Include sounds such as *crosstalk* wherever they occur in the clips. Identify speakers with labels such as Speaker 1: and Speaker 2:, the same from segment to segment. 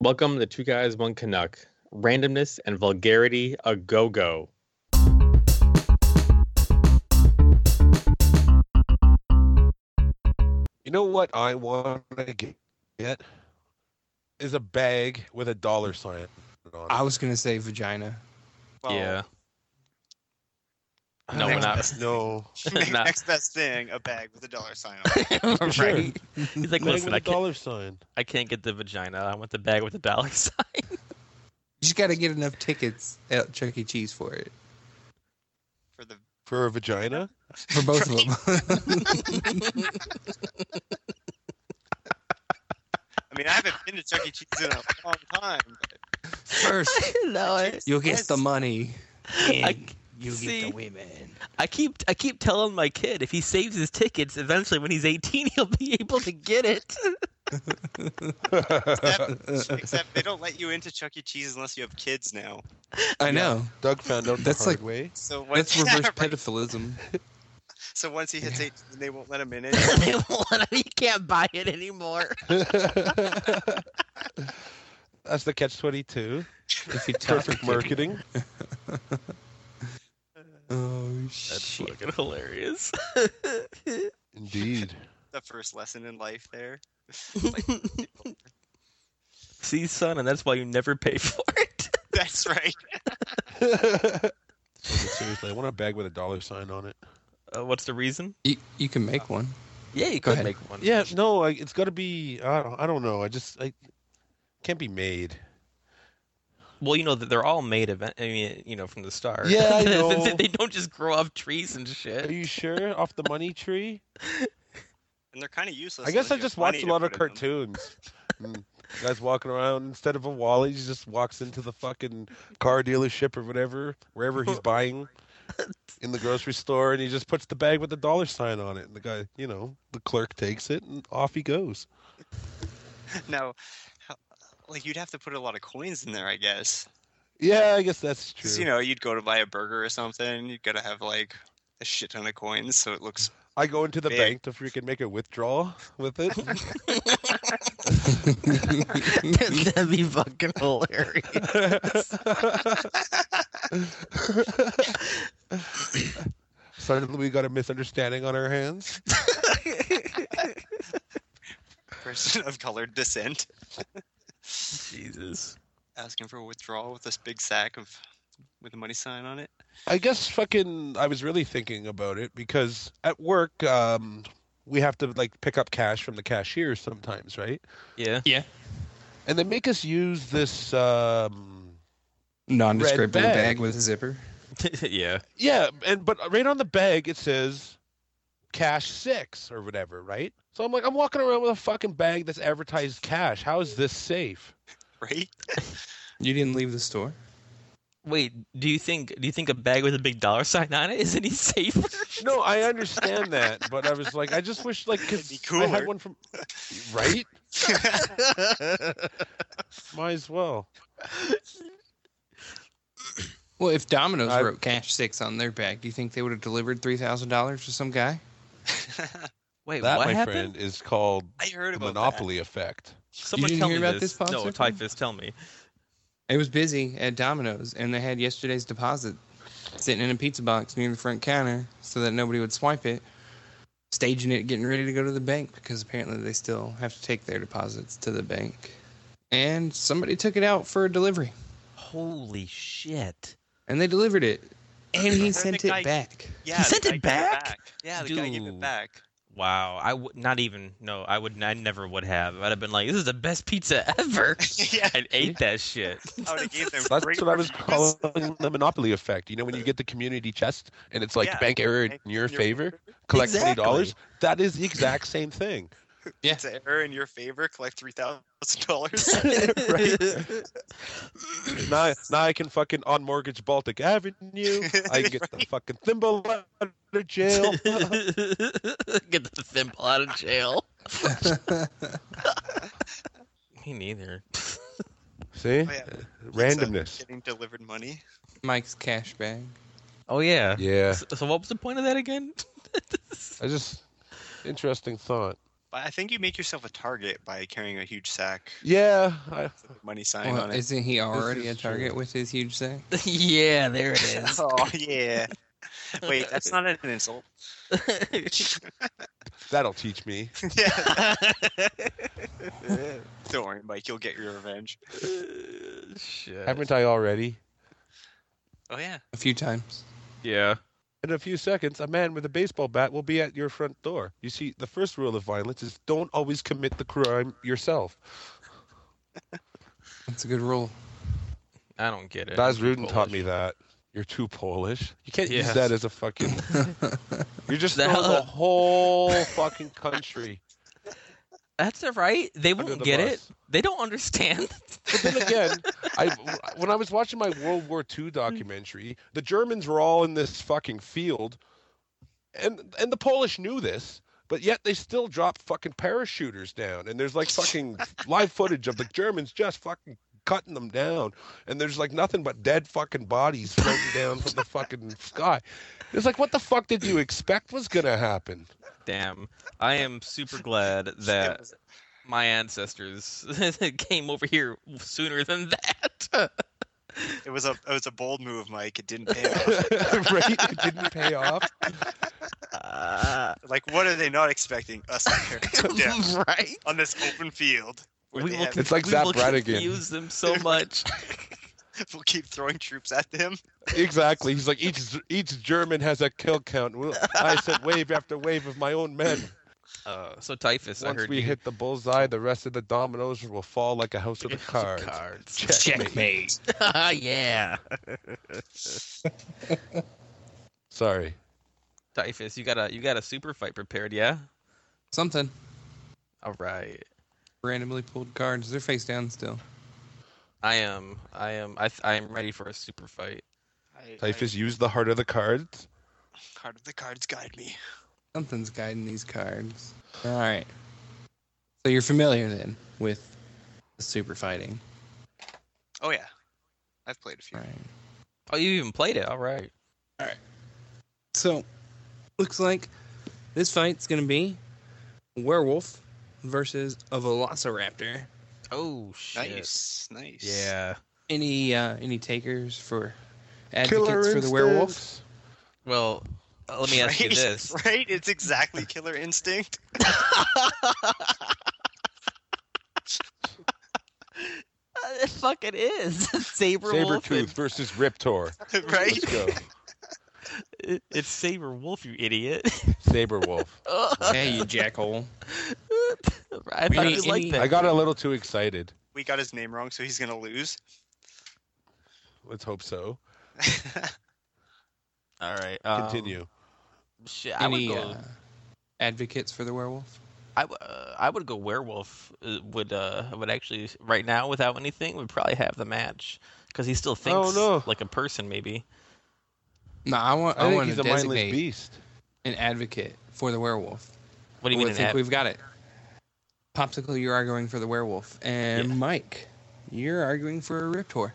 Speaker 1: Welcome to Two Guys One Canuck. Randomness and vulgarity a go go.
Speaker 2: You know what I want to get is a bag with a dollar sign on.
Speaker 3: I was gonna say *laughs* vagina.
Speaker 4: Oh, *laughs*
Speaker 1: Yeah.
Speaker 2: I
Speaker 1: No,
Speaker 2: don't
Speaker 1: we're not.
Speaker 2: *laughs* know.
Speaker 1: Nah.
Speaker 4: Next best thing, a bag with a dollar sign on it.
Speaker 2: Sure.
Speaker 3: right.
Speaker 1: He's like,
Speaker 2: Bag with
Speaker 1: listen,
Speaker 2: a
Speaker 1: I can't,
Speaker 2: dollar sign.
Speaker 1: I can't get the vagina. I want the bag with the dollar sign.
Speaker 3: You just gotta get enough tickets at Chuck E. Cheese for it.
Speaker 4: for the
Speaker 2: For a vagina?
Speaker 3: For both of them. *laughs*
Speaker 4: I mean, I haven't been to Chuck E. Cheese in a long time. But
Speaker 3: First,
Speaker 1: *laughs* no, I,
Speaker 3: you'll get the money.
Speaker 1: I-
Speaker 3: and you'll
Speaker 1: see.
Speaker 3: get the women.
Speaker 1: I keep I keep telling my kid if he saves his tickets, eventually when he's 18, he'll be able to get it. *laughs*
Speaker 2: *laughs*
Speaker 4: except, except they don't let you into Chuck E. Cheese unless you have kids now.
Speaker 3: I *laughs* know.
Speaker 2: Doug found out the
Speaker 3: That's
Speaker 2: hard
Speaker 3: like-
Speaker 2: *laughs* way.
Speaker 4: So once *laughs*
Speaker 3: That's reverse
Speaker 4: right.
Speaker 3: pedophilism.
Speaker 4: so once he hits 18, they won't let
Speaker 2: *laughs*
Speaker 4: him in. anymore.
Speaker 1: they won't *laughs* let him, he can't buy it anymore.
Speaker 2: That's the catch 22.
Speaker 3: If you tell
Speaker 2: Perfect *laughs* marketing.
Speaker 3: Oh
Speaker 1: That's
Speaker 3: shit.
Speaker 1: *laughs* fucking hilarious.
Speaker 2: *laughs* Indeed.
Speaker 4: the first lesson in life there.
Speaker 1: *laughs*
Speaker 4: *laughs*
Speaker 1: See, son, and that's why you never pay for it.
Speaker 4: That's right.
Speaker 2: Seriously, I want a bag with a dollar sign on it.
Speaker 1: *laughs* Uh, what's the reason?
Speaker 3: You, you can make one.
Speaker 1: Yeah, you
Speaker 3: Go
Speaker 1: could
Speaker 3: ahead.
Speaker 1: make one.
Speaker 2: Yeah, no, I, it's got to be. I don't, I don't know. I just I can't be made.
Speaker 1: Well, you know that they're all made of. I mean, you know, from the start.
Speaker 2: Yeah, I
Speaker 1: *laughs* They-
Speaker 2: know.
Speaker 1: they don't just grow off trees and
Speaker 2: Are
Speaker 1: *laughs* shit.
Speaker 2: you sure? Off the money tree?
Speaker 4: And they're kind of useless.
Speaker 2: I guess I
Speaker 4: unless
Speaker 2: just
Speaker 4: you have money
Speaker 2: watched a
Speaker 4: to
Speaker 2: lot of
Speaker 4: put in
Speaker 2: *laughs*
Speaker 4: them.
Speaker 2: cartoons. And Guys walking around instead of a wallet, he just walks into the fucking car dealership or whatever, wherever *laughs* he's buying, in the grocery store, and he just puts the bag with the dollar sign on it. And the guy, you know, the clerk takes it and off he goes.
Speaker 4: No, How- like you'd have to put a lot of coins in there, I guess.
Speaker 2: Yeah, I guess that's true.
Speaker 4: Because you know, you'd go to buy a burger or something. You'd gotta have like a shit ton of coins, so it looks.
Speaker 2: I go into the
Speaker 4: Big.
Speaker 2: bank to freaking make a withdrawal with it. *laughs*
Speaker 1: That'd be fucking hilarious.
Speaker 2: *laughs* Suddenly we got a misunderstanding on our hands.
Speaker 4: *laughs* Person of colored descent
Speaker 1: Jesus.
Speaker 4: asking for a withdrawal with this big sack of with a money sign on it.
Speaker 2: I guess fucking I was really thinking about it because at work um we have to like pick up cash from the cashier sometimes, right?
Speaker 1: Yeah.
Speaker 2: And they make us use this um
Speaker 3: *laughs* Nondescript blue
Speaker 2: bag.
Speaker 3: bag. with a zipper.
Speaker 1: yeah.
Speaker 2: yeah, and but right on the bag it says cash 6 or whatever, right? So I'm like I'm walking around with a fucking bag that's advertised cash. How is this safe?
Speaker 3: *laughs*
Speaker 4: Right? *laughs*
Speaker 3: You didn't leave the store.
Speaker 1: Wait. Do you think? Do you think a bag with a big dollar sign on it is any safer?
Speaker 2: No, I understand that, but I was like, I just wish like because *laughs*
Speaker 4: It'd be
Speaker 2: I had
Speaker 4: cooler.
Speaker 2: one from right. Might as
Speaker 4: *laughs*
Speaker 2: well.
Speaker 3: Well, if Domino's
Speaker 2: I-
Speaker 3: wrote cash six on their bag, do you think they would have delivered three thousand dollars to some guy?
Speaker 1: Wait.
Speaker 2: that,
Speaker 1: what
Speaker 2: my
Speaker 1: happened?
Speaker 2: friend, is called
Speaker 4: I heard
Speaker 2: the
Speaker 4: about
Speaker 2: monopoly effect.
Speaker 1: Someone
Speaker 3: didn't
Speaker 1: tell
Speaker 3: hear
Speaker 1: me
Speaker 3: about this,
Speaker 1: No,
Speaker 3: Fonseca?
Speaker 1: Typhus, tell me.
Speaker 3: It was busy at Domino's, and they had yesterday's deposit sitting in a pizza box near the front counter so that nobody would swipe it, staging it, getting ready to go to the bank because apparently they still have to take their deposits to the bank. And somebody took it out for a delivery,
Speaker 1: Holy shit.
Speaker 3: and they delivered it, and
Speaker 4: I
Speaker 3: he
Speaker 4: heard
Speaker 3: sent
Speaker 4: the
Speaker 3: it
Speaker 4: guy-
Speaker 3: back.
Speaker 4: that. Yeah,
Speaker 1: He
Speaker 4: the
Speaker 1: sent it
Speaker 4: guy gave
Speaker 1: back?
Speaker 4: Yeah, the guy gave
Speaker 1: Dude.
Speaker 4: it back.
Speaker 1: Wow. I would not even. No, I would. I never would have. I'd have been like, this is the best pizza *laughs* ever.
Speaker 4: yeah,
Speaker 1: and ate that shit.
Speaker 4: I would have gave them.
Speaker 2: *laughs* That's
Speaker 4: great
Speaker 2: what I was
Speaker 4: reviews. *laughs*
Speaker 2: calling the monopoly effect. You know, when you get the community chest and it's like
Speaker 4: Yeah.
Speaker 2: bank error in your favor, collect twenty dollars. That is the exact same thing.
Speaker 4: It's an error in your favor. Collect three thousand
Speaker 3: *laughs*
Speaker 4: dollars. Oh,
Speaker 1: *laughs*
Speaker 2: right? Now, now I can fucking on mortgage Baltic Avenue.
Speaker 4: *laughs*
Speaker 2: I can get the fucking thimble out of jail.
Speaker 1: Get the thimble out of jail. *laughs* Me neither.
Speaker 2: See,
Speaker 4: Oh, yeah.
Speaker 2: randomness.
Speaker 4: Getting delivered money.
Speaker 3: Mike's cash bag.
Speaker 1: Oh yeah.
Speaker 4: *laughs*
Speaker 2: Yeah.
Speaker 1: So, so what was the point of that again?
Speaker 2: I just interesting thought.
Speaker 4: But I think you make yourself a target by carrying a huge sack
Speaker 2: Yeah, I,
Speaker 4: with money sign
Speaker 3: Well,
Speaker 4: on it.
Speaker 3: isn't he already a
Speaker 2: is true.
Speaker 3: target with his huge sack?
Speaker 1: *laughs* yeah, there it is.
Speaker 4: Oh *laughs* yeah. Wait, that's not an insult. *laughs*
Speaker 2: that'll teach *laughs* me.
Speaker 4: yeah. Don't worry, Mike. You'll get your revenge.
Speaker 1: Shit.
Speaker 2: Haven't I already?
Speaker 4: Oh yeah.
Speaker 3: A few times.
Speaker 2: Yeah. In a few seconds, a man with a baseball bat will be at your front door. You see, the first rule of violence is don't always commit the crime yourself.
Speaker 3: That's a good rule.
Speaker 1: *laughs* I don't get it.
Speaker 2: Baz
Speaker 1: I'm too
Speaker 2: Rudin taught
Speaker 1: Polish.
Speaker 2: me that. You're too Polish. You can't
Speaker 1: Yeah.
Speaker 2: use that as a
Speaker 1: *laughs*
Speaker 2: fucking. You're just
Speaker 1: That-
Speaker 2: throwing
Speaker 1: *laughs*
Speaker 2: the whole fucking country.
Speaker 1: That's all right. They
Speaker 2: Under
Speaker 1: won't
Speaker 2: the
Speaker 1: get
Speaker 2: bus.
Speaker 1: it. They don't understand. *laughs*
Speaker 2: But then again, I when I was watching my World War II documentary, the Germans were all in this fucking field, and and the Polish knew this, but yet they still dropped fucking parachuters down, and there's like fucking live footage of the Germans just fucking cutting them down, and there's like nothing but dead fucking bodies floating down from the fucking sky. It's like, what the fuck did you expect was gonna happen? *laughs*
Speaker 1: Damn. I am super *laughs* glad
Speaker 4: It
Speaker 1: that
Speaker 4: was-
Speaker 1: my ancestors *laughs* came over here sooner than that. *laughs*
Speaker 4: It was a it was a bold move, Mike. It didn't pay *laughs* off.
Speaker 2: right? It didn't pay off.
Speaker 1: Uh,
Speaker 4: Like, what are they not expecting *laughs* us to carry down
Speaker 3: *laughs*
Speaker 1: Right?
Speaker 4: on this open field? Where
Speaker 1: We
Speaker 4: they
Speaker 1: will,
Speaker 4: have,
Speaker 2: It's like
Speaker 1: we
Speaker 2: Zap
Speaker 1: will
Speaker 2: Brannigan.
Speaker 1: confuse
Speaker 2: *laughs*
Speaker 1: them so much.
Speaker 4: we'll keep throwing troops at them.
Speaker 2: Exactly. He's like each each German has a kill count. Well, I said wave after wave of my own men.
Speaker 1: Uh, so typhus, I
Speaker 2: Once
Speaker 1: heard
Speaker 2: we
Speaker 1: you
Speaker 2: hit the bullseye, the rest of the dominoes will fall like a house of the cards.
Speaker 1: cards.
Speaker 2: Checkmate.
Speaker 1: yeah.
Speaker 2: *laughs* Sorry.
Speaker 1: Typhus, you got a you got a super fight prepared, yeah?
Speaker 3: Something.
Speaker 1: All right.
Speaker 3: Randomly pulled cards. They're face down still.
Speaker 1: I am. I am. I, th- I am ready for a super fight.
Speaker 4: I,
Speaker 2: Typhus, use the heart of the cards.
Speaker 4: card of the cards guide me.
Speaker 3: Something's guiding these cards. All right. So you're familiar then with the super fighting.
Speaker 4: Oh yeah, I've played a few.
Speaker 3: All right.
Speaker 1: Oh, you even played it. All right.
Speaker 3: So looks like this fight's going to be a werewolf versus a velociraptor.
Speaker 1: Oh shit.
Speaker 4: Nice, nice.
Speaker 1: Yeah.
Speaker 3: Any uh, any takers for advocates for the werewolf?
Speaker 2: instincts.
Speaker 1: Well, uh, let me ask you
Speaker 4: Right?
Speaker 2: *laughs*
Speaker 1: this.
Speaker 4: *laughs* Right? It's exactly Killer Instinct. *laughs*
Speaker 1: Uh, it fucking is *laughs* saber wolf.
Speaker 2: Sabretooth versus Riptor.
Speaker 4: Right?
Speaker 2: Let's go.
Speaker 1: It's saber wolf, you idiot. *laughs*
Speaker 2: Saberwolf.
Speaker 3: Hey,
Speaker 2: *laughs*
Speaker 3: you jackhole.
Speaker 1: I thought
Speaker 3: Any-
Speaker 1: you liked
Speaker 3: any-
Speaker 1: that.
Speaker 2: I got a little too excited.
Speaker 4: We got his name wrong, so he's gonna lose. *laughs*
Speaker 2: Let's hope so.
Speaker 1: All right. um,
Speaker 2: Continue.
Speaker 1: Shit, I would
Speaker 3: Any
Speaker 1: go.
Speaker 3: uh, advocates for the werewolf?
Speaker 1: I, w- uh, I would go werewolf. uh, Would uh would actually right now without anything would probably have the match because he still thinks
Speaker 2: Oh, no.
Speaker 1: like a person maybe.
Speaker 3: No, I want
Speaker 2: I,
Speaker 3: I,
Speaker 2: think
Speaker 3: want
Speaker 2: he's
Speaker 3: to
Speaker 2: a mindless
Speaker 3: designate
Speaker 2: beast.
Speaker 3: an advocate for the werewolf.
Speaker 1: What do you
Speaker 3: Well, Oh,
Speaker 1: mean?
Speaker 3: I
Speaker 1: an
Speaker 3: think
Speaker 1: ad-
Speaker 3: we've got it. Popsicle, you're arguing for the werewolf, and
Speaker 1: Yeah.
Speaker 3: Mike, you're arguing for a Riptor.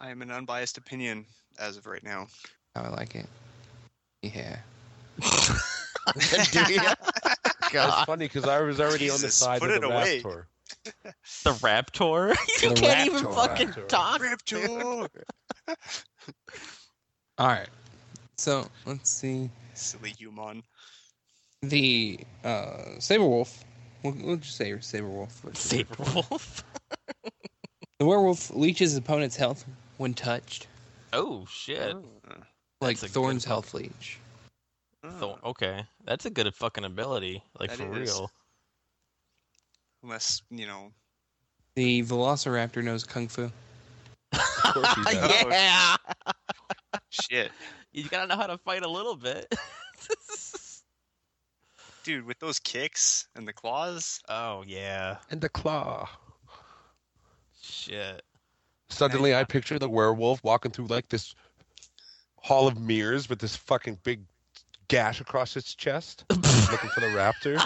Speaker 4: I am an unbiased opinion as of right now.
Speaker 3: How I like it. Yeah.
Speaker 2: *laughs* It's funny because I was already on the
Speaker 4: Jesus,
Speaker 2: side
Speaker 4: put
Speaker 2: of the
Speaker 4: it away. *laughs*
Speaker 2: Raptor.
Speaker 1: The Raptor? *laughs* you
Speaker 3: The
Speaker 1: can't even
Speaker 3: Raptor.
Speaker 1: fucking
Speaker 2: Raptor.
Speaker 1: talk. *laughs*
Speaker 4: Raptor!
Speaker 3: All right. So let's see.
Speaker 4: Silly human.
Speaker 3: The uh, saber wolf. We'll, we'll just say saber wolf. *laughs*
Speaker 1: Saber Wolf.
Speaker 3: The werewolf leeches opponent's health when touched,
Speaker 1: Oh shit.
Speaker 4: Uh,
Speaker 1: Oh.
Speaker 3: like
Speaker 1: That's a good
Speaker 3: Thorn's health leech.
Speaker 1: Thor- okay, that's a good fucking ability. Like
Speaker 4: That
Speaker 1: for
Speaker 4: is.
Speaker 1: real.
Speaker 4: Unless, you know,
Speaker 3: The Velociraptor knows kung fu.
Speaker 2: Of course
Speaker 1: *laughs*
Speaker 2: he does.
Speaker 4: does.
Speaker 1: yeah.
Speaker 4: shit.
Speaker 1: You gotta know how to fight a little bit. *laughs*
Speaker 4: Dude, with those kicks and the claws,
Speaker 1: oh yeah.
Speaker 2: And the claw.
Speaker 1: Shit.
Speaker 2: Suddenly, I picture the werewolf walking through like this hall of mirrors with this fucking big gash across its *laughs* chest, looking for the raptor.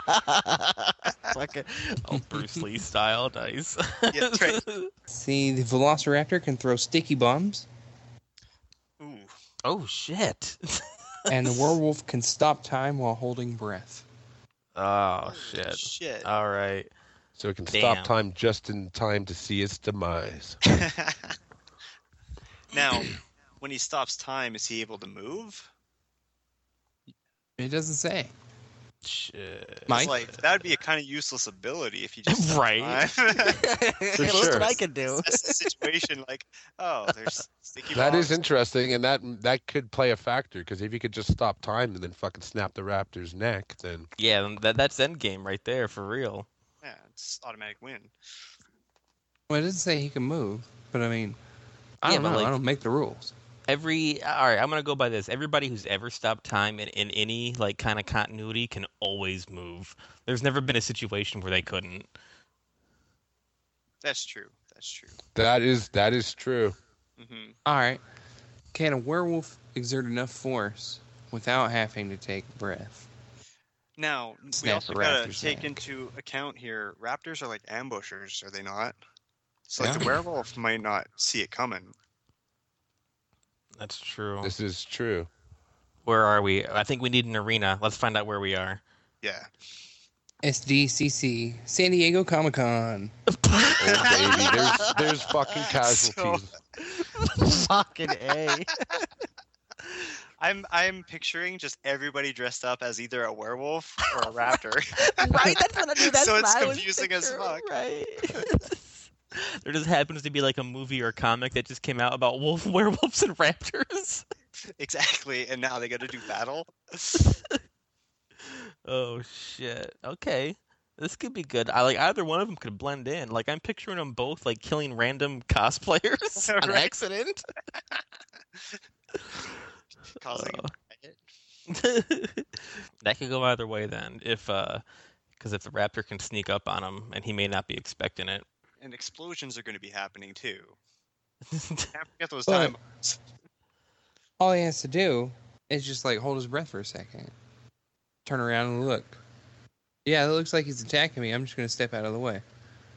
Speaker 1: Fucking oh, Bruce *laughs* Lee style, nice.
Speaker 4: Yeah, that's right.
Speaker 3: See, the Velociraptor can throw sticky bombs,
Speaker 4: ooh,
Speaker 1: *laughs* oh shit. *laughs*
Speaker 3: and the werewolf can stop time while holding breath.
Speaker 1: Oh
Speaker 4: Holy
Speaker 1: shit!
Speaker 4: Shit.
Speaker 1: All right.
Speaker 2: So it can
Speaker 1: Damn.
Speaker 2: stop time just in time to see its demise.
Speaker 1: Ah.
Speaker 4: *laughs* now, when he stops time, is he able to move?
Speaker 3: It doesn't say.
Speaker 1: Shit. *laughs*
Speaker 3: Mike?
Speaker 4: It's like that would be a kind of useless ability if you just stopped
Speaker 1: Right. *laughs*
Speaker 4: time. *laughs*
Speaker 1: That's
Speaker 2: sure.
Speaker 1: what I could do.
Speaker 4: That's the situation. Like, oh,
Speaker 1: *laughs*
Speaker 4: there's sticky.
Speaker 2: That is
Speaker 4: bombs.
Speaker 2: interesting, and that that could play a factor because if you could just stop time and then fucking snap the raptor's neck, then
Speaker 1: Yeah, then that, that's end game right there for real.
Speaker 4: Yeah, it's automatic win.
Speaker 3: Well, it doesn't say he can move, but I mean, I
Speaker 1: Yeah,
Speaker 3: don't
Speaker 1: but,
Speaker 3: know.
Speaker 1: like-
Speaker 3: I don't make the rules.
Speaker 1: Every all right, I'm gonna go by this. Everybody who's ever stopped time in, in any like kind of continuity can always move. There's never been a situation where they couldn't.
Speaker 4: That's true. That's true.
Speaker 2: that is that is true.
Speaker 4: hmm
Speaker 3: All right. Can a werewolf exert enough force without having to take breath?
Speaker 4: Now we
Speaker 3: Snap
Speaker 4: also
Speaker 3: the
Speaker 4: gotta
Speaker 3: raptor's
Speaker 4: take
Speaker 3: neck.
Speaker 4: into account here. Raptors are like ambushers, are they not? So like the
Speaker 3: Yeah.
Speaker 4: werewolf might not see it coming.
Speaker 1: That's
Speaker 4: Oh.
Speaker 1: true.
Speaker 2: This is true.
Speaker 1: Where are we? I think we need an arena. Let's find out where we are.
Speaker 4: Yeah.
Speaker 3: SDCC, San Diego Comic Con.
Speaker 2: Oh baby, there's there's fucking casualties.
Speaker 1: Fucking a.
Speaker 4: I'm I'm picturing just everybody dressed up as either a werewolf or a raptor. *laughs*
Speaker 1: right? That's what I do. That's
Speaker 4: So it's
Speaker 1: what I was
Speaker 4: confusing as
Speaker 1: picturing,
Speaker 4: fuck.
Speaker 1: Right.
Speaker 4: *laughs*
Speaker 1: *laughs* there just happens to be like a movie or comic that just came out about wolf, *laughs* werewolves, and raptors. *laughs*
Speaker 4: exactly, and now they got to do battle. *laughs*
Speaker 1: Oh shit. Okay. This could be good. I like either one of them could blend in. Like I'm picturing them both like killing random *laughs*
Speaker 4: *laughs*
Speaker 1: cosplayers on
Speaker 4: Right.
Speaker 1: accident.
Speaker 4: Causing
Speaker 1: Oh.
Speaker 4: a riot.
Speaker 1: *laughs* that could go either way then. If uh, because if the raptor can sneak up on him and he may not be expecting it. *laughs*
Speaker 4: and explosions are going to be happening too. Can't forget those
Speaker 3: But-
Speaker 4: time.
Speaker 3: All he has to do is just like hold his breath for a second, turn around and look. Yeah, it looks like he's attacking me. I'm just going to step out of the
Speaker 1: *laughs*
Speaker 3: way.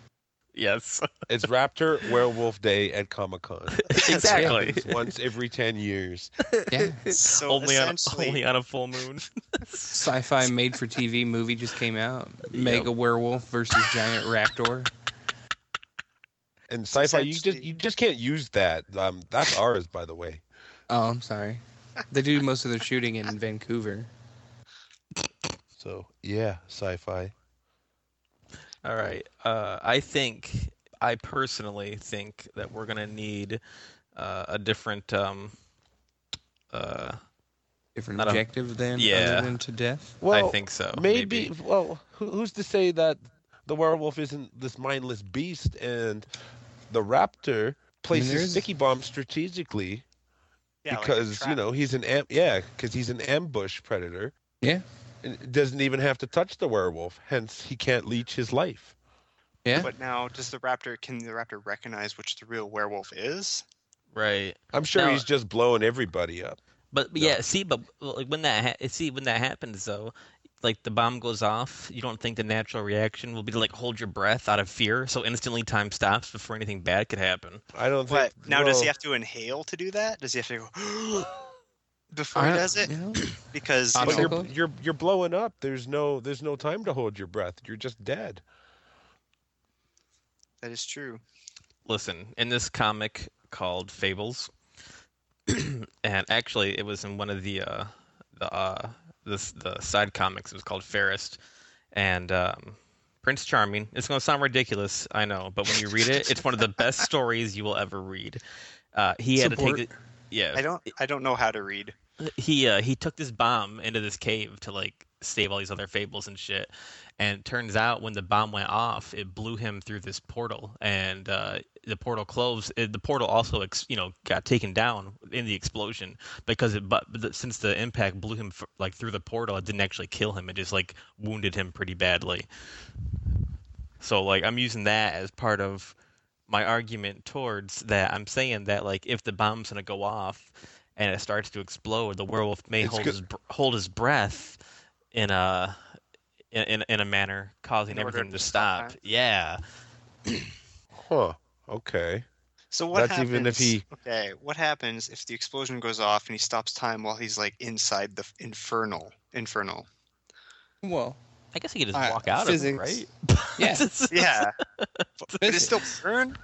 Speaker 4: *laughs*
Speaker 1: yes.
Speaker 2: It's Raptor Werewolf Day at Comic Con.
Speaker 1: Exactly.
Speaker 2: Once every ten years.
Speaker 3: Yeah.
Speaker 4: So
Speaker 1: only on
Speaker 4: essentially,
Speaker 1: only on a full moon.
Speaker 3: Sci fi made for TV movie just came out. Mega werewolf versus giant raptor.
Speaker 2: And sci-fi, you just
Speaker 4: Essentially-
Speaker 2: you just can't use that. Um, that's ours, by the way.
Speaker 3: Oh, I'm sorry. They do most of their shooting in Vancouver.
Speaker 2: So yeah, sci-fi.
Speaker 1: All right. Uh, I think I personally think that we're gonna need uh, a different um, uh,
Speaker 3: Different
Speaker 1: Not a-
Speaker 3: objective than
Speaker 1: Yeah.
Speaker 3: other than to death.
Speaker 1: I think so.
Speaker 2: maybe, well who, who's to say that the werewolf isn't this mindless beast and the raptor places
Speaker 3: there's-
Speaker 2: sticky bombs strategically
Speaker 4: yeah, like a
Speaker 2: because you
Speaker 4: trap.
Speaker 2: know he's an am- yeah because he's an ambush predator
Speaker 3: Yeah.
Speaker 2: and doesn't even have to touch the werewolf hence he can't leech his life
Speaker 3: Yeah.
Speaker 4: But now, does the raptor? Can the raptor recognize which the real werewolf is?
Speaker 1: Right.
Speaker 2: i'm sure
Speaker 1: Now-
Speaker 2: he's just blowing everybody up
Speaker 1: But, but
Speaker 2: No.
Speaker 1: yeah, see, but like when that ha- see when that happens though, like the bomb goes off, you don't think the natural reaction will be to like hold your breath out of fear, so instantly time stops before anything bad could happen.
Speaker 2: i don't think
Speaker 4: But now, does he
Speaker 2: well,
Speaker 4: have to inhale to do that? Does he have to go *gasps* before Oh, he
Speaker 3: I-
Speaker 4: does it?
Speaker 3: you know, *coughs*
Speaker 4: Because you
Speaker 2: but
Speaker 3: But
Speaker 4: know,
Speaker 2: you're,
Speaker 3: Obstacle?
Speaker 2: you're you're blowing up there's no there's no time to hold your breath you're just dead
Speaker 4: that is true.
Speaker 1: Listen, in this comic called Fables, *clears throat* and actually it was in one of the uh, the uh, this the side comics. It was called Ferrest, and um, Prince Charming. It's going to sound ridiculous, I know, but when you read it, it's one of the
Speaker 4: *laughs*
Speaker 1: best stories you will ever read. Uh, he had to
Speaker 3: Support.
Speaker 1: take it. Yeah,
Speaker 4: I don't. I don't know how to read.
Speaker 1: he uh, he took this bomb into this cave to like save all these other fables and shit. And it turns out when the bomb went off, it blew him through this portal, and uh, the portal closed. It, the portal also, ex- you know, got taken down in the explosion because it. But but the, since the impact blew him f- like through the portal, it didn't actually kill him. It just like wounded him pretty badly. So like I'm using that as part of my argument towards that. I'm saying that like if the bomb's gonna go off and it starts to explode, the werewolf may
Speaker 2: It's
Speaker 1: hold
Speaker 2: go-
Speaker 1: his br- hold his breath in a in in, in a manner
Speaker 4: In
Speaker 1: causing
Speaker 4: order
Speaker 1: everything
Speaker 4: to
Speaker 1: to
Speaker 4: stop
Speaker 1: stop. Yeah.
Speaker 2: huh okay
Speaker 4: So what
Speaker 2: That's
Speaker 4: happens?
Speaker 2: even if he-
Speaker 4: Okay, what happens if the explosion goes off and he stops time while he's like inside the infernal? Infernal.
Speaker 3: well,
Speaker 1: I guess he could just
Speaker 3: Alright,
Speaker 1: walk out
Speaker 3: physics.
Speaker 1: of it, right?
Speaker 3: *laughs*
Speaker 1: *laughs*
Speaker 3: Yeah.
Speaker 2: *laughs*
Speaker 4: Yeah. *laughs* but it still burn?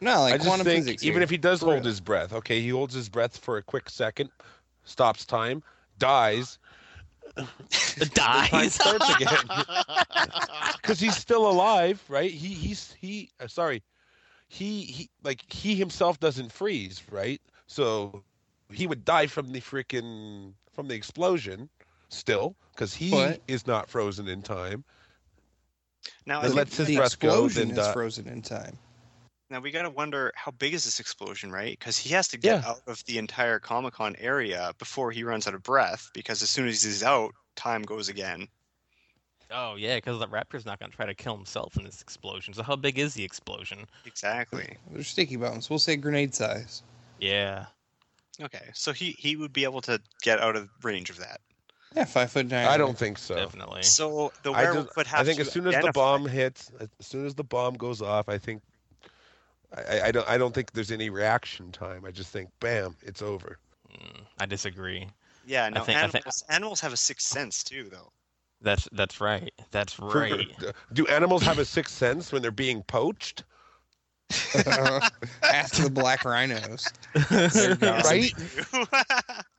Speaker 3: No, like
Speaker 2: I just
Speaker 3: quantum
Speaker 2: think
Speaker 3: physics.
Speaker 2: even
Speaker 3: here.
Speaker 2: if he does
Speaker 3: For
Speaker 2: hold
Speaker 3: real.
Speaker 2: his breath, okay, he holds his breath for a quick second, stops time, dies, time
Speaker 1: *laughs* dies.
Speaker 2: starts
Speaker 1: *laughs*
Speaker 2: again *laughs* because he's still alive, right? He he's he. Uh, sorry, he he like he himself doesn't freeze, right? So he would die from the freaking from the explosion still because he is
Speaker 3: But-
Speaker 2: not frozen in time.
Speaker 4: Now,
Speaker 2: But
Speaker 4: I
Speaker 3: The-
Speaker 2: lets his
Speaker 3: the
Speaker 2: breath go,
Speaker 3: explosion
Speaker 2: then
Speaker 3: is
Speaker 2: die.
Speaker 3: frozen in time.
Speaker 4: Now we got to wonder how big is this explosion, right? Because he has to get
Speaker 2: Yeah.
Speaker 4: out of the entire Comic Con area before he runs out of breath. Because as soon as he's out, time goes again.
Speaker 1: oh yeah, because the raptor's not gonna try to kill himself in this explosion. So how big is the explosion?
Speaker 3: *laughs*
Speaker 4: Exactly.
Speaker 3: They're sticky bombs. We'll say grenade size.
Speaker 1: Yeah.
Speaker 4: Okay, so he he would be able to get out of range of that.
Speaker 3: Yeah, five foot nine.
Speaker 2: I don't *laughs* think so.
Speaker 1: Definitely.
Speaker 4: So the
Speaker 2: I,
Speaker 4: werewolf
Speaker 2: just-
Speaker 4: would have.
Speaker 2: I think
Speaker 4: to
Speaker 2: as soon as the
Speaker 4: identify-
Speaker 2: bomb hits, as soon as the bomb goes off, I think I, I- I don't I don't think there's any reaction time. I just think bam, it's over.
Speaker 1: Mm, I disagree.
Speaker 4: *laughs* Yeah, no,
Speaker 1: think- I
Speaker 4: animals,
Speaker 1: think-
Speaker 4: animals have a sixth sense too, though. *laughs*
Speaker 1: That's that's right. That's right.
Speaker 2: *laughs* Do animals have a sixth sense when they're being poached?
Speaker 3: *laughs* Ask the
Speaker 2: *laughs*
Speaker 3: black rhinos. *laughs*
Speaker 4: Yes,
Speaker 2: Right?
Speaker 4: they do.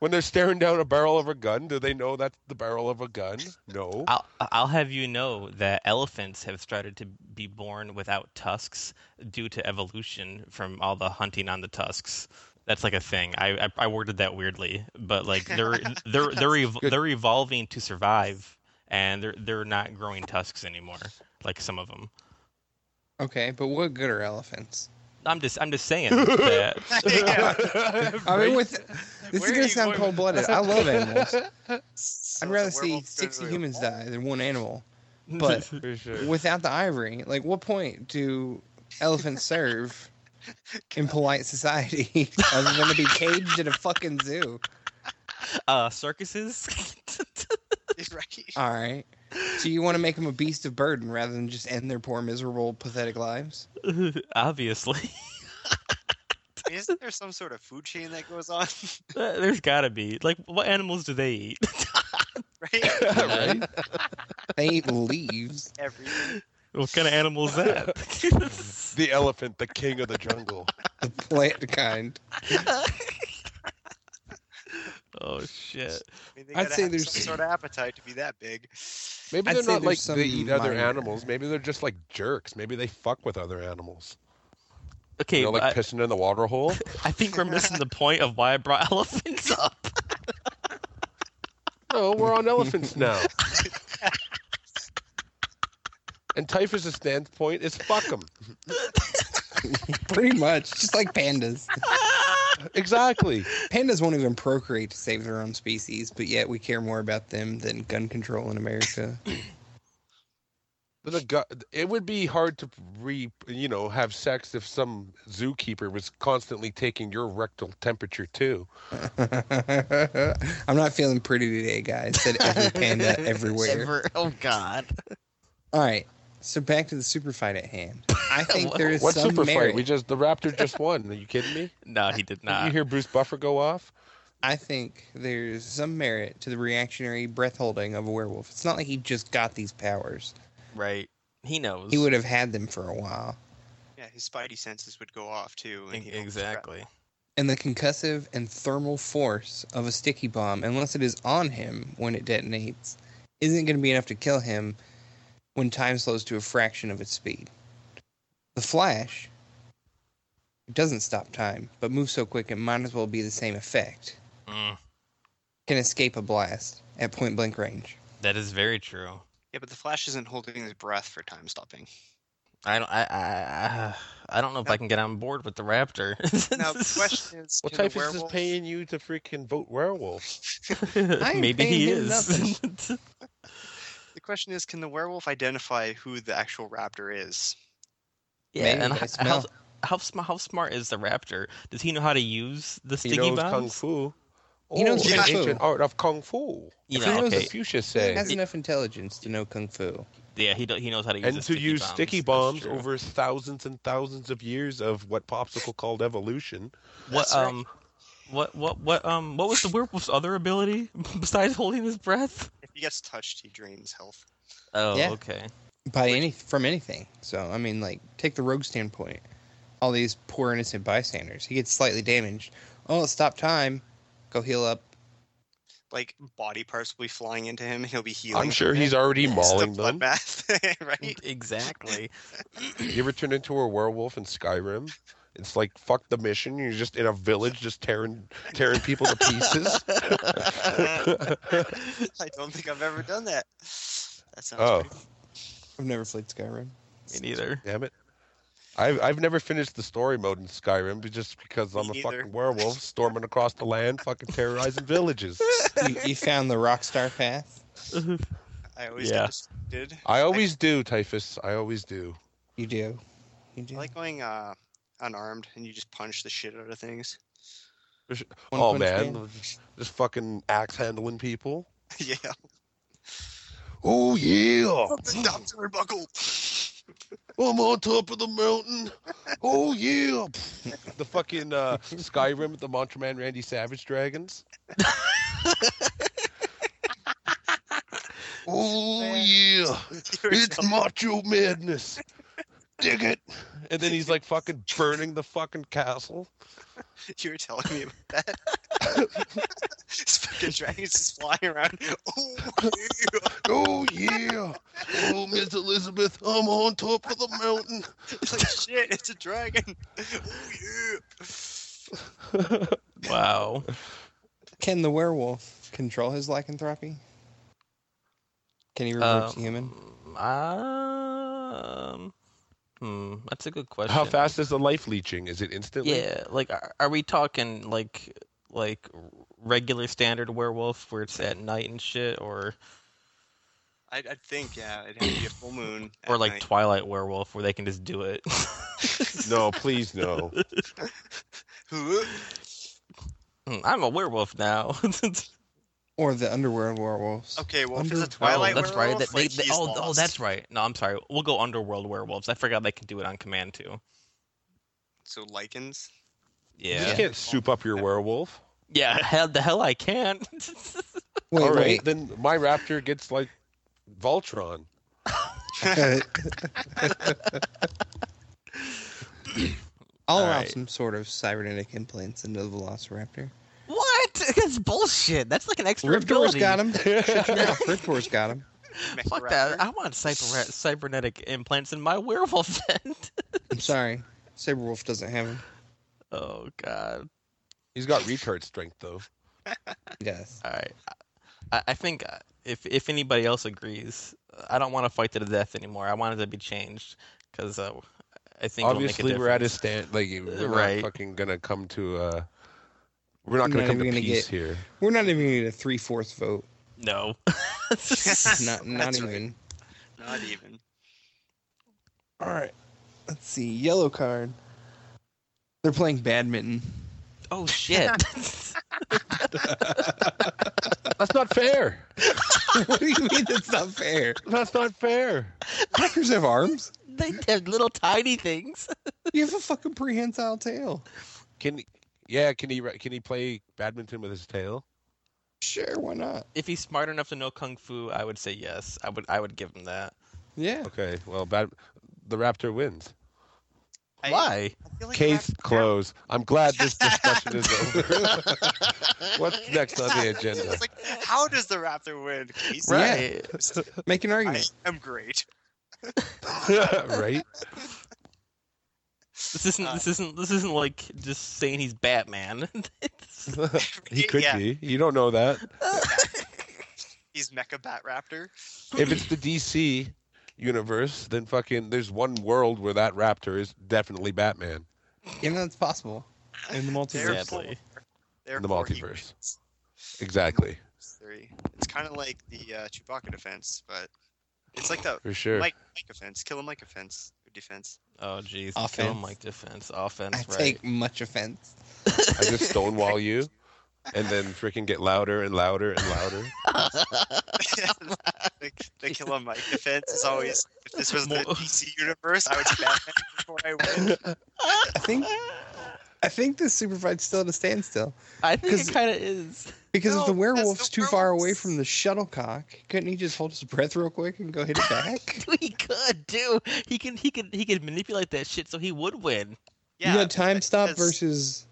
Speaker 2: When they're staring down a barrel of a gun, do they know that's the barrel of a gun? *laughs* No.
Speaker 1: I'll I'll have you know that elephants have started to be born without tusks due to evolution from all the hunting on the tusks. That's like a thing. I I, I worded that weirdly, but like they're they're they're ev-
Speaker 2: Good.
Speaker 1: they're evolving to survive, and they're they're not growing tusks anymore, like some of them.
Speaker 3: Okay, but what good are elephants?
Speaker 1: I'm just I'm just saying that.
Speaker 4: Yeah.
Speaker 3: I
Speaker 2: Right?
Speaker 3: mean,
Speaker 4: *laughs*
Speaker 3: with this is
Speaker 4: Where are
Speaker 3: gonna
Speaker 4: you
Speaker 3: sound
Speaker 4: going
Speaker 3: cold blooded. I
Speaker 4: *laughs*
Speaker 3: love animals.
Speaker 4: So
Speaker 3: I'd
Speaker 4: the
Speaker 3: rather see
Speaker 4: werewolf's gonna
Speaker 3: sixty
Speaker 4: be *laughs*
Speaker 3: humans
Speaker 4: like,
Speaker 3: die than one animal.
Speaker 2: *laughs*
Speaker 3: But
Speaker 2: For sure.
Speaker 3: without the ivory, like, what point do elephants serve in polite society *laughs* other than to be caged in a fucking zoo?
Speaker 1: *laughs* uh, circuses. *laughs*
Speaker 4: Right.
Speaker 3: All right. So you want to make them a beast of burden rather than just end their poor, miserable, pathetic lives?
Speaker 1: Obviously, *laughs*
Speaker 4: I mean, Isn't there some sort of food chain that goes on? *laughs*
Speaker 1: there's gotta be. Like, what animals do they eat? *laughs*
Speaker 4: right?
Speaker 3: *laughs*
Speaker 2: Right?
Speaker 3: They eat leaves.
Speaker 4: Everything.
Speaker 1: what kind of animal is that?
Speaker 2: The elephant, the king of the jungle.
Speaker 3: The plant kind.
Speaker 1: oh shit!
Speaker 4: I mean, they
Speaker 3: I'd
Speaker 4: gotta
Speaker 3: say
Speaker 4: have
Speaker 3: there's-
Speaker 4: some sort of appetite to be that
Speaker 1: *laughs*
Speaker 4: big.
Speaker 2: *laughs* Maybe
Speaker 3: I'd
Speaker 2: they're
Speaker 3: say
Speaker 2: not
Speaker 3: there's
Speaker 2: like
Speaker 3: some
Speaker 2: they eat other
Speaker 3: minor-
Speaker 2: animals. Maybe they're just like jerks. Maybe they fuck with other animals.
Speaker 1: Okay,
Speaker 2: you know, like
Speaker 1: but
Speaker 2: pissing in the water *laughs* hole.
Speaker 1: I, I think we're missing the point of why I brought *laughs* elephants up.
Speaker 2: No, we're on elephants *laughs* now. and Typhus' standpoint is fuck *laughs* them.
Speaker 3: Pretty much. Just like pandas.
Speaker 2: Exactly.
Speaker 3: Pandas won't even procreate to save their own species, but yet we care more about them than gun control in America.
Speaker 2: The gu- it would be hard to re, you know, have sex if some zookeeper was constantly taking your rectal temperature too.
Speaker 3: *laughs* I'm not feeling pretty today, guys. Said every
Speaker 4: *laughs*
Speaker 3: panda everywhere.
Speaker 1: Oh god!
Speaker 3: All right. So back to the super fight at hand. I think there is
Speaker 2: What
Speaker 3: some
Speaker 2: super
Speaker 3: merit.
Speaker 2: fight? We just the Raptor just won. Are you kidding
Speaker 1: *laughs*
Speaker 2: me?
Speaker 1: No, he did
Speaker 2: Didn't
Speaker 1: not.
Speaker 2: You hear Bruce Buffer go off?
Speaker 3: I think there's some merit to the reactionary breath holding of a werewolf. It's not like he just got these powers.
Speaker 1: Right? He knows.
Speaker 3: He would have had them for a while.
Speaker 4: Yeah, his spidey senses would go off too. and
Speaker 1: E-
Speaker 4: he'd almost
Speaker 1: exactly.
Speaker 3: And the concussive and thermal force of a sticky bomb, unless it is on him when it detonates, isn't going to be enough to kill him when time slows to a fraction of its speed. The flash doesn't stop time, but moves so quick it might as well be the same effect.
Speaker 1: Mm,
Speaker 3: Can escape a blast at point blank range.
Speaker 1: that is very true.
Speaker 4: Yeah, but the Flash isn't holding his breath for time
Speaker 1: *laughs*
Speaker 4: stopping.
Speaker 1: I don't. I. I, I don't know if I can get on board with the raptor.
Speaker 4: Now the question is,
Speaker 2: Well,
Speaker 4: can the
Speaker 2: Typhus is
Speaker 4: werewolf-
Speaker 2: paying you to freaking vote werewolf.
Speaker 3: ain't
Speaker 1: Maybe he
Speaker 3: paying him
Speaker 1: is.
Speaker 4: The question is, can the werewolf identify who the actual raptor is?
Speaker 1: *laughs* yeah,
Speaker 3: Maybe
Speaker 1: and
Speaker 3: by
Speaker 1: how,
Speaker 3: smell.
Speaker 1: how, how, sm- how smart is the raptor? Does he know how to use the
Speaker 2: He
Speaker 1: sticky
Speaker 2: knows
Speaker 1: bombs?
Speaker 2: kung fu.
Speaker 3: He knows
Speaker 2: the
Speaker 4: kung fu.
Speaker 2: ancient art of kung fu.
Speaker 3: He
Speaker 1: You know,
Speaker 3: knows
Speaker 1: okay.
Speaker 3: the-
Speaker 2: Confucius
Speaker 3: He
Speaker 2: say.
Speaker 3: has enough intelligence to know kung fu.
Speaker 1: Yeah, he do, he knows how to use
Speaker 2: and
Speaker 1: the
Speaker 2: to
Speaker 1: sticky
Speaker 2: use
Speaker 1: bombs.
Speaker 2: sticky
Speaker 1: That's
Speaker 2: bombs
Speaker 1: true.
Speaker 2: over thousands and thousands of years of what popsicle called evolution
Speaker 1: What
Speaker 4: That's right.
Speaker 1: *laughs* um, what what what um, what was the werewolf's other ability besides holding his breath?
Speaker 4: If He gets touched, he drains health.
Speaker 1: Oh,
Speaker 3: Yeah.
Speaker 1: okay.
Speaker 3: by any from anything. So I mean, like, take the rogue standpoint. All these poor innocent bystanders. He gets slightly damaged. Oh, let's stop time. Go heal up.
Speaker 4: Like body parts will be flying into him. He'll be healing.
Speaker 2: I'm sure he's already
Speaker 4: *laughs* It's the
Speaker 2: mauling them.
Speaker 4: bloodbath, *laughs*
Speaker 1: *laughs*
Speaker 4: right?
Speaker 1: E-, Exactly.
Speaker 2: You ever turn into a werewolf in Skyrim? It's like fuck the mission. You're just in a village, just tearing tearing people to pieces. *laughs*
Speaker 4: I don't think I've ever done that. That sounds.
Speaker 2: Oh.
Speaker 4: pretty-
Speaker 3: I've never played Skyrim.
Speaker 1: Me neither.
Speaker 2: Damn it! I've I've never finished the story mode in Skyrim, but just because I'm
Speaker 4: Me
Speaker 2: a
Speaker 4: neither.
Speaker 2: fucking werewolf, storming across the land, fucking terrorizing villages.
Speaker 3: You, you found the Rockstar path.
Speaker 4: I always
Speaker 1: Yeah.
Speaker 4: yeah. did.
Speaker 2: I always do, Typhus. I always do.
Speaker 3: You do. You do.
Speaker 4: I like going uh, unarmed and you just punch the shit out of
Speaker 1: *laughs*
Speaker 4: things. *laughs*
Speaker 3: One
Speaker 2: oh
Speaker 3: Punch
Speaker 2: man,
Speaker 3: Man.
Speaker 2: just fucking axe handling people.
Speaker 4: yeah. *laughs*
Speaker 2: Oh yeah,
Speaker 4: Stop turnbuckle.
Speaker 2: I'm on top of the mountain. Oh yeah, *laughs* the fucking uh, Skyrim with the Mantra Man Randy Savage dragons. *laughs* oh yeah, it's macho madness. Dig it. And then he's like fucking burning the fucking castle.
Speaker 4: You were telling me about that. *laughs* This fucking dragon's just flying around. Oh, yeah. *laughs*
Speaker 2: Oh yeah. Oh Miss Elizabeth, I'm on top of the mountain.
Speaker 4: It's like, shit, it's a dragon. Oh, yeah.
Speaker 1: Wow.
Speaker 3: Can the werewolf control his lycanthropy? Can he revert to
Speaker 1: Um,
Speaker 3: human?
Speaker 1: Um, hmm, that's a good question.
Speaker 2: How fast is the life leeching? Is it instantly?
Speaker 1: Yeah, like are, are we talking like like regular standard werewolf where it's at night and shit, or
Speaker 4: I'd, I'd think, yeah, it'd have to be a full moon.
Speaker 1: *laughs* or
Speaker 4: at
Speaker 1: like
Speaker 4: night.
Speaker 1: Twilight werewolf where they can just do it? *laughs*
Speaker 2: No, please no.
Speaker 1: Hmm, I'm a werewolf now. *laughs*
Speaker 3: Or the underworld werewolves?
Speaker 4: okay, well, if it's
Speaker 3: Under-
Speaker 4: a Twilight
Speaker 1: oh, that's right.
Speaker 4: werewolf,
Speaker 1: That, they,
Speaker 4: like,
Speaker 1: they-
Speaker 4: he's
Speaker 1: oh, oh,
Speaker 4: lost.
Speaker 1: that's right. No, I'm sorry. We'll go underworld werewolves. I forgot they can do it on command too.
Speaker 4: So lichens.
Speaker 2: You
Speaker 1: Yeah,
Speaker 2: can't soup up your werewolf.
Speaker 1: yeah. Hell, the hell I can.
Speaker 3: Wait,
Speaker 2: All right, *laughs*
Speaker 3: wait.
Speaker 2: then my raptor gets like *laughs* Voltron.
Speaker 3: *laughs* I'll
Speaker 1: All
Speaker 3: allow
Speaker 1: right.
Speaker 3: some sort of cybernetic implants into the Velociraptor.
Speaker 1: *laughs* what? That's bullshit. That's like an extra
Speaker 3: Riptor's
Speaker 1: ability.
Speaker 3: got him. *laughs* Shut your mouth. Riptor's got him.
Speaker 1: Fuck
Speaker 4: Mecharaptor.
Speaker 1: that. I want cyber- cybernetic implants in my werewolf vent.
Speaker 3: I'm sorry. Saberwolf doesn't have him.
Speaker 1: *laughs* oh, God.
Speaker 2: He's got retard strength though.
Speaker 3: He does.
Speaker 1: All right. I, I think uh, if if anybody else agrees, I don't want to fight to the death anymore. I want it to be changed because uh, I think it'll make a
Speaker 2: Obviously, we're at a
Speaker 1: difference.
Speaker 2: stand. Like we're
Speaker 1: Right.
Speaker 2: not fucking gonna come to. Uh, we're not
Speaker 3: We're
Speaker 2: gonna come
Speaker 3: not even
Speaker 2: to
Speaker 3: gonna
Speaker 2: peace
Speaker 3: get-
Speaker 2: here.
Speaker 3: We're not even going to three fourths vote.
Speaker 1: No.
Speaker 4: *laughs*
Speaker 3: Not not
Speaker 4: That's right.
Speaker 3: even.
Speaker 4: Not even.
Speaker 3: All right. Let's see. Yellow card. They're playing badminton.
Speaker 1: *laughs*
Speaker 3: *laughs*
Speaker 1: oh, shit.
Speaker 2: *laughs*
Speaker 4: *laughs*
Speaker 2: That's not fair.
Speaker 3: what do you mean that's not fair?
Speaker 2: That's not fair.
Speaker 3: Packers have arms.
Speaker 1: *laughs* they have little tiny things.
Speaker 3: You have a fucking prehensile tail.
Speaker 2: Can yeah? Can he re- can he play badminton with his tail?
Speaker 3: Sure, why not?
Speaker 1: If he's smart enough to know kung fu, I would say yes. I would I would give him that.
Speaker 3: Yeah.
Speaker 2: Okay. Well, bad. The raptor wins.
Speaker 4: I-
Speaker 1: Why?
Speaker 4: I feel like
Speaker 2: Case
Speaker 4: Raptor-
Speaker 2: closed. I'm glad this discussion is over.
Speaker 4: *laughs*
Speaker 2: What's next on the agenda?
Speaker 4: It's like, how does the raptor win? Case
Speaker 3: Right.
Speaker 1: Right.
Speaker 3: Make an
Speaker 4: I
Speaker 3: argument.
Speaker 4: am great.
Speaker 2: *laughs* right?
Speaker 1: This isn't this isn't this isn't like just saying he's Batman.
Speaker 2: *laughs*
Speaker 1: *laughs*
Speaker 2: He could
Speaker 4: Yeah.
Speaker 2: be. You don't know
Speaker 4: *clears throat*
Speaker 2: that.
Speaker 4: He's Mecha Bat Raptor.
Speaker 2: if it's the DC universe, then fucking there's one world where that raptor is definitely Batman.
Speaker 3: You know, it's possible. In the multiverse.
Speaker 1: Sadly.
Speaker 4: Therefore, he
Speaker 2: multiverse.
Speaker 4: wins.
Speaker 2: Exactly.
Speaker 4: Three. It's kind of like the uh, Chewbacca defense, but it's like the
Speaker 2: For sure.
Speaker 4: Mike Mike offense, kill him Mike offense, or defense. *laughs*
Speaker 1: Oh jeez. Kill
Speaker 3: Offense.
Speaker 1: him like defense. Offense,
Speaker 3: I
Speaker 1: right.
Speaker 3: take much offense.
Speaker 2: I
Speaker 4: *laughs*
Speaker 2: just stonewall you and then freaking get louder and louder and
Speaker 4: *laughs*
Speaker 2: louder.
Speaker 4: the, the kill him Mike defense is always if this was the
Speaker 1: Mo-
Speaker 4: DC universe, I would be Batman before I
Speaker 2: *laughs*
Speaker 4: win.
Speaker 3: I think I think this super fight's still at a standstill.
Speaker 1: I think
Speaker 3: 'Cause-
Speaker 1: it kinda is. *laughs*
Speaker 3: Because
Speaker 4: No,
Speaker 3: if the
Speaker 4: that's
Speaker 3: werewolf's
Speaker 4: the
Speaker 3: too far
Speaker 4: werewolf.
Speaker 3: away from the shuttlecock, couldn't he just hold his breath real quick and go hit
Speaker 4: *laughs*
Speaker 3: it back?
Speaker 1: he could do. He can. He could. He could manipulate that shit so he would win.
Speaker 4: Yeah,
Speaker 3: you know, time
Speaker 4: but-
Speaker 3: stop
Speaker 4: because-
Speaker 3: versus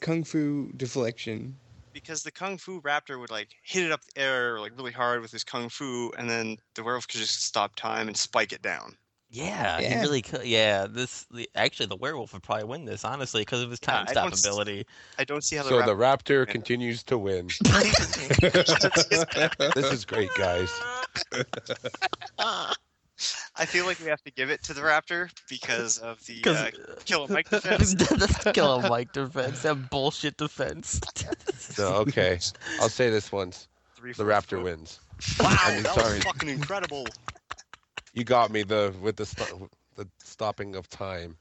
Speaker 3: kung fu deflection.
Speaker 4: because the kung fu raptor would like hit it up the air like really hard with his kung fu, and then the werewolf could just stop time and spike it down.
Speaker 1: Yeah, he
Speaker 3: Yeah.
Speaker 1: really could. Yeah, this the, actually the werewolf would probably win this honestly because of his
Speaker 4: Yeah,
Speaker 1: time
Speaker 4: I
Speaker 1: stop
Speaker 4: don't s-
Speaker 1: ability.
Speaker 4: I don't see how the
Speaker 2: So the
Speaker 4: raptor.
Speaker 2: raptor continues to win. this is great, guys.
Speaker 4: I feel like we have to give it to the raptor
Speaker 2: *laughs*
Speaker 4: because of the
Speaker 1: Because
Speaker 4: uh, kill him Mike
Speaker 1: *laughs*
Speaker 4: defense.
Speaker 1: kill him like defense. That bullshit
Speaker 2: *laughs*
Speaker 1: defense.
Speaker 2: No,
Speaker 1: *laughs*
Speaker 2: okay. I'll say this once.
Speaker 4: Three,
Speaker 2: The
Speaker 4: four,
Speaker 2: raptor
Speaker 4: four.
Speaker 2: wins.
Speaker 4: Wow,
Speaker 2: I mean,
Speaker 4: that
Speaker 2: sorry. *laughs*
Speaker 4: was fucking incredible.
Speaker 2: You got me the with the sto- the stopping of time.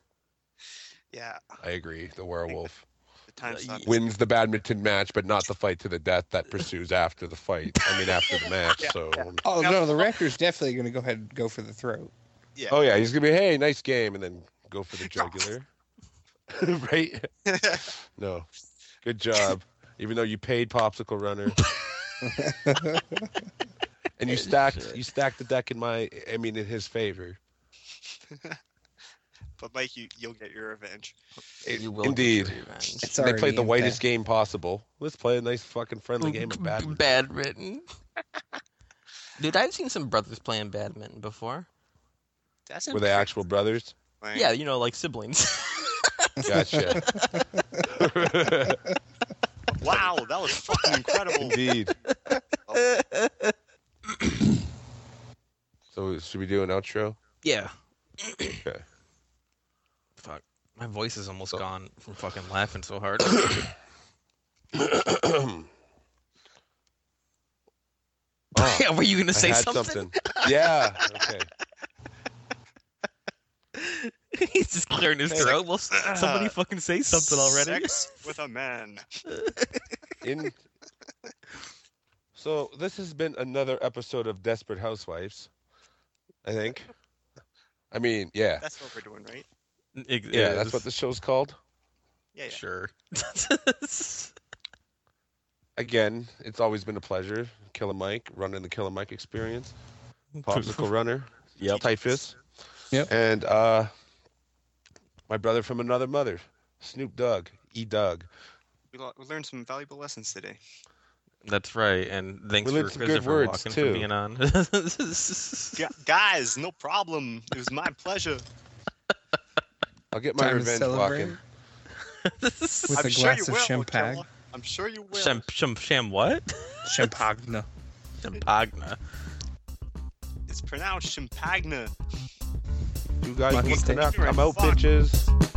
Speaker 4: Yeah,
Speaker 2: I agree. The werewolf
Speaker 4: the time
Speaker 1: Uh,
Speaker 4: stop.
Speaker 1: ye-
Speaker 2: wins the badminton match, but not the fight to the death
Speaker 4: *laughs*
Speaker 2: that pursues after the fight. I mean, after the match.
Speaker 4: Yeah,
Speaker 2: So,
Speaker 3: Oh
Speaker 4: Now-
Speaker 3: no, the raptor's definitely going to go ahead and go for the throat.
Speaker 4: Yeah.
Speaker 2: oh yeah, he's gonna be hey, nice game, and then go
Speaker 4: *laughs*
Speaker 2: for the jugular, *laughs* right? No, good job. Even though you paid popsicle
Speaker 4: *laughs*
Speaker 2: runner, and you stacked you stacked the deck in my, I mean, in his favor.
Speaker 4: but Mike, you you'll get your revenge.
Speaker 1: You will get
Speaker 2: Indeed.
Speaker 1: your revenge.
Speaker 3: It's
Speaker 2: they
Speaker 3: already
Speaker 2: played the
Speaker 3: in
Speaker 2: whitest
Speaker 3: there.
Speaker 2: game possible. Let's play a nice fucking friendly game
Speaker 4: *laughs*
Speaker 1: *laughs*
Speaker 2: of badminton. *laughs*
Speaker 1: Badminton. Dude, I've seen some brothers playing badminton before.
Speaker 4: That's
Speaker 2: Were they actual
Speaker 3: *laughs*
Speaker 2: brothers?
Speaker 4: Like,
Speaker 1: Yeah, you know, like siblings. *laughs*
Speaker 4: *laughs*
Speaker 2: Gotcha.
Speaker 4: Wow, that was fucking
Speaker 2: *laughs*
Speaker 4: incredible.
Speaker 2: Indeed.
Speaker 1: yeah.
Speaker 2: So should we do an outro? *coughs* Okay.
Speaker 1: Fuck. My voice is almost gone from fucking laughing
Speaker 2: *coughs*
Speaker 1: so hard. *laughs*
Speaker 2: Ah, Oh,
Speaker 1: yeah, were you gonna
Speaker 2: I
Speaker 1: say
Speaker 2: had
Speaker 1: something?
Speaker 2: Yeah. Okay.
Speaker 1: *laughs* He's just clearing his
Speaker 4: Hey, like,
Speaker 1: throat. Well, s-
Speaker 2: ah,
Speaker 1: somebody
Speaker 4: uh,
Speaker 1: fucking say something already.
Speaker 4: Sex
Speaker 1: *laughs*
Speaker 4: with a man.
Speaker 2: In. So this has been another episode of Desperate Housewives. I think. I mean, yeah,
Speaker 4: That's what we're doing, right?
Speaker 1: It
Speaker 2: yeah.
Speaker 1: is.
Speaker 2: That's what the show's called.
Speaker 4: Yeah,
Speaker 1: *laughs*
Speaker 4: yeah.
Speaker 1: Sure.
Speaker 2: Again, it's always been a pleasure. Killer Mike, running the Killer Mike experience.
Speaker 1: *laughs*
Speaker 2: *laughs* Popsicle Runner.
Speaker 1: Yep.
Speaker 2: Typhus.
Speaker 3: Yep.
Speaker 2: And uh, my brother from another mother, Snoop Dogg, E Doug.
Speaker 4: We, lo- we learned some valuable lessons today.
Speaker 1: That's right, and thanks
Speaker 2: We
Speaker 1: for
Speaker 2: learned some good
Speaker 1: Christopher
Speaker 2: words,
Speaker 1: Walken
Speaker 2: too.
Speaker 1: for being on.
Speaker 4: Gu-
Speaker 1: *laughs*
Speaker 4: guys, no problem. It was my pleasure.
Speaker 2: I'll get my
Speaker 3: Time to
Speaker 2: revenge
Speaker 3: celebrate.
Speaker 2: walking.
Speaker 3: With
Speaker 4: I'm
Speaker 3: a
Speaker 4: sure
Speaker 3: glass
Speaker 4: you
Speaker 3: of
Speaker 4: will,
Speaker 3: champagne.
Speaker 4: Killa. I'm sure you will.
Speaker 1: Sham, sham, sham what?
Speaker 3: Champagne.
Speaker 1: Champagna.
Speaker 4: It's pronounced champagne.
Speaker 2: You guys
Speaker 3: Lucky
Speaker 2: looking
Speaker 3: steak.
Speaker 2: up. I'm out,
Speaker 4: Fuck.
Speaker 2: bitches.